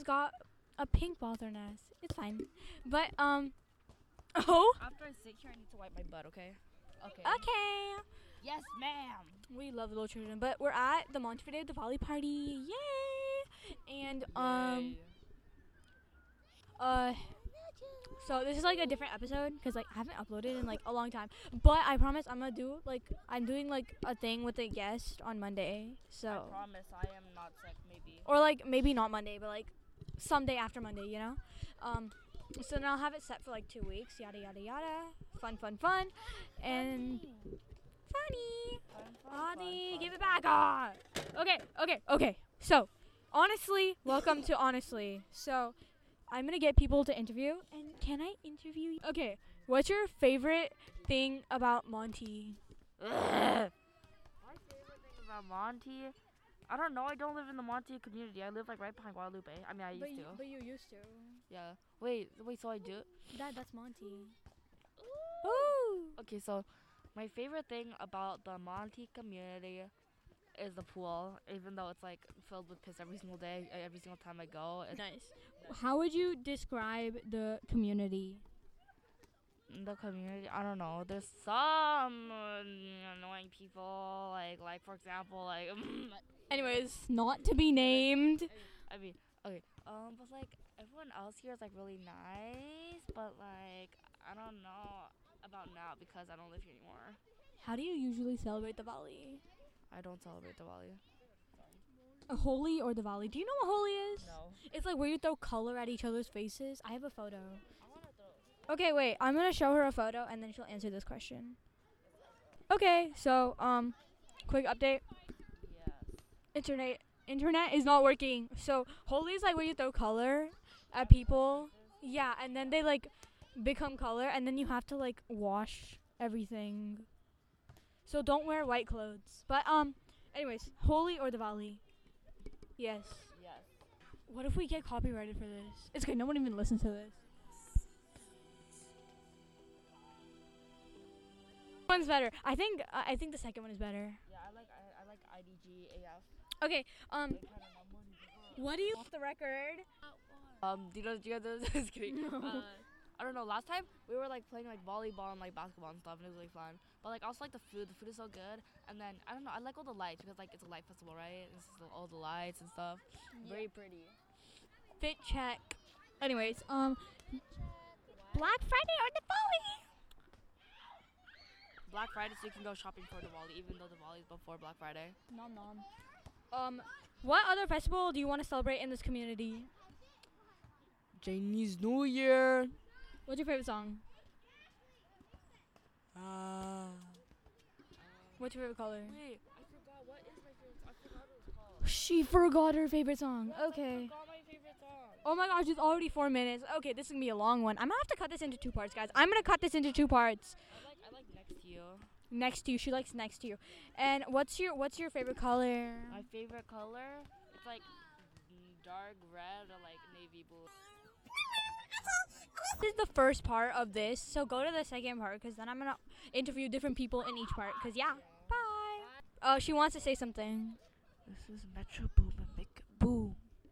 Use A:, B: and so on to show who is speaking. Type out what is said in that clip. A: Oh, got a pink ball thrown at us. It's fine. But um, oh,
B: After I sit here, I need to wipe my butt. Okay. Okay.
A: Uh, okay.
B: Yes, ma'am.
A: We love the little children, but we're at the Montevideo Diwali party. Yay! And um, uh, so this is like a different episode because like I haven't uploaded in like a long time. But I promise I'm gonna do like I'm doing like a thing with a guest on Monday. So
B: I promise I am not sick. Maybe.
A: or like maybe not Monday, but like someday after Monday, you know. Um, so then I'll have it set for like two weeks. Yada yada yada. Fun fun fun, and funny. Audie, give it back. Ah. Okay, okay, okay. So, honestly, welcome to honestly. So, I'm gonna get people to interview. And can I interview you? Okay. What's your favorite thing about Monty?
B: My favorite thing about Monty, I don't know. I don't live in the Monty community. I live like right behind Guadalupe. I mean, I used to.
A: but you used to.
B: yeah. Wait. Wait. So I do.
A: That that's Monty. Ooh.
B: Okay. So, my favorite thing about the Monty community is the pool. Even though it's like filled with piss every single day, uh, every single time I go, it's
A: Nice. How would you describe the community?
B: the community i don't know there's some uh, annoying people like like for example like
A: Anyways, not to be named.
B: i mean okay um but like everyone else here is like really nice but like i don't know about now because i don't live here anymore
A: How do you usually celebrate the Diwali?
B: i don't celebrate diwali
A: A holy or the Diwali? Do you know what holy is?
B: no
A: It's like where you throw color at each other's faces. I have a photo. Okay, wait. I'm gonna show her a photo and then she'll answer this question. Okay, so um, quick update.
B: yes
A: Internet internet is not working. So holy is like where you throw color at people. Yeah, and then they like become color, and then you have to like wash everything. So don't wear white clothes. But um, anyways, holy or Diwali? Yes.
B: yes
A: What if we get copyrighted for this? It's okay. No one even listens to this. One's better. I think. Uh, I think the second one is better.
B: yeah i like i, I like idg af
A: Okay. Um. What do you? Off the record.
B: um do you know do you guys know this? kidding Uh, I don't know. Last time we were like playing like volleyball and like basketball and stuff, and it was really fun. But like also like the food, the food is so good. And then I don't know. I like all the lights because like it's a light festival, right? It's just all the lights and stuff. Very pretty.
A: Fit check. Anyways, um, Black Friday or the Bowie?
B: Black Friday, so you can go shopping for Diwali, even though Diwali is before Black Friday.
A: Nom nom. Um, what other festival do you want to celebrate in this community?
B: Chinese New Year.
A: What's your favorite song?
B: Ah.
A: What's your favorite color?
B: Wait, I forgot. What is my favorite? I forgot what it's called.
A: She forgot her favorite song.
B: I
A: Okay.
B: forgot my favorite song.
A: Oh my gosh, it's already four minutes. Okay, this is gonna be a long one. I'm gonna have to cut this into two parts, guys. I'm gonna cut this into two parts.
B: I like I like next to you.
A: Next to you, she likes next to you. And what's your what's your favorite color?
B: My favorite color, it's like dark red or like navy blue.
A: This is the first part of this, so go to the second part because then I'm gonna interview different people in each part. Because yeah, bye. Oh, she wants to say something.
B: This is Metro Boomin.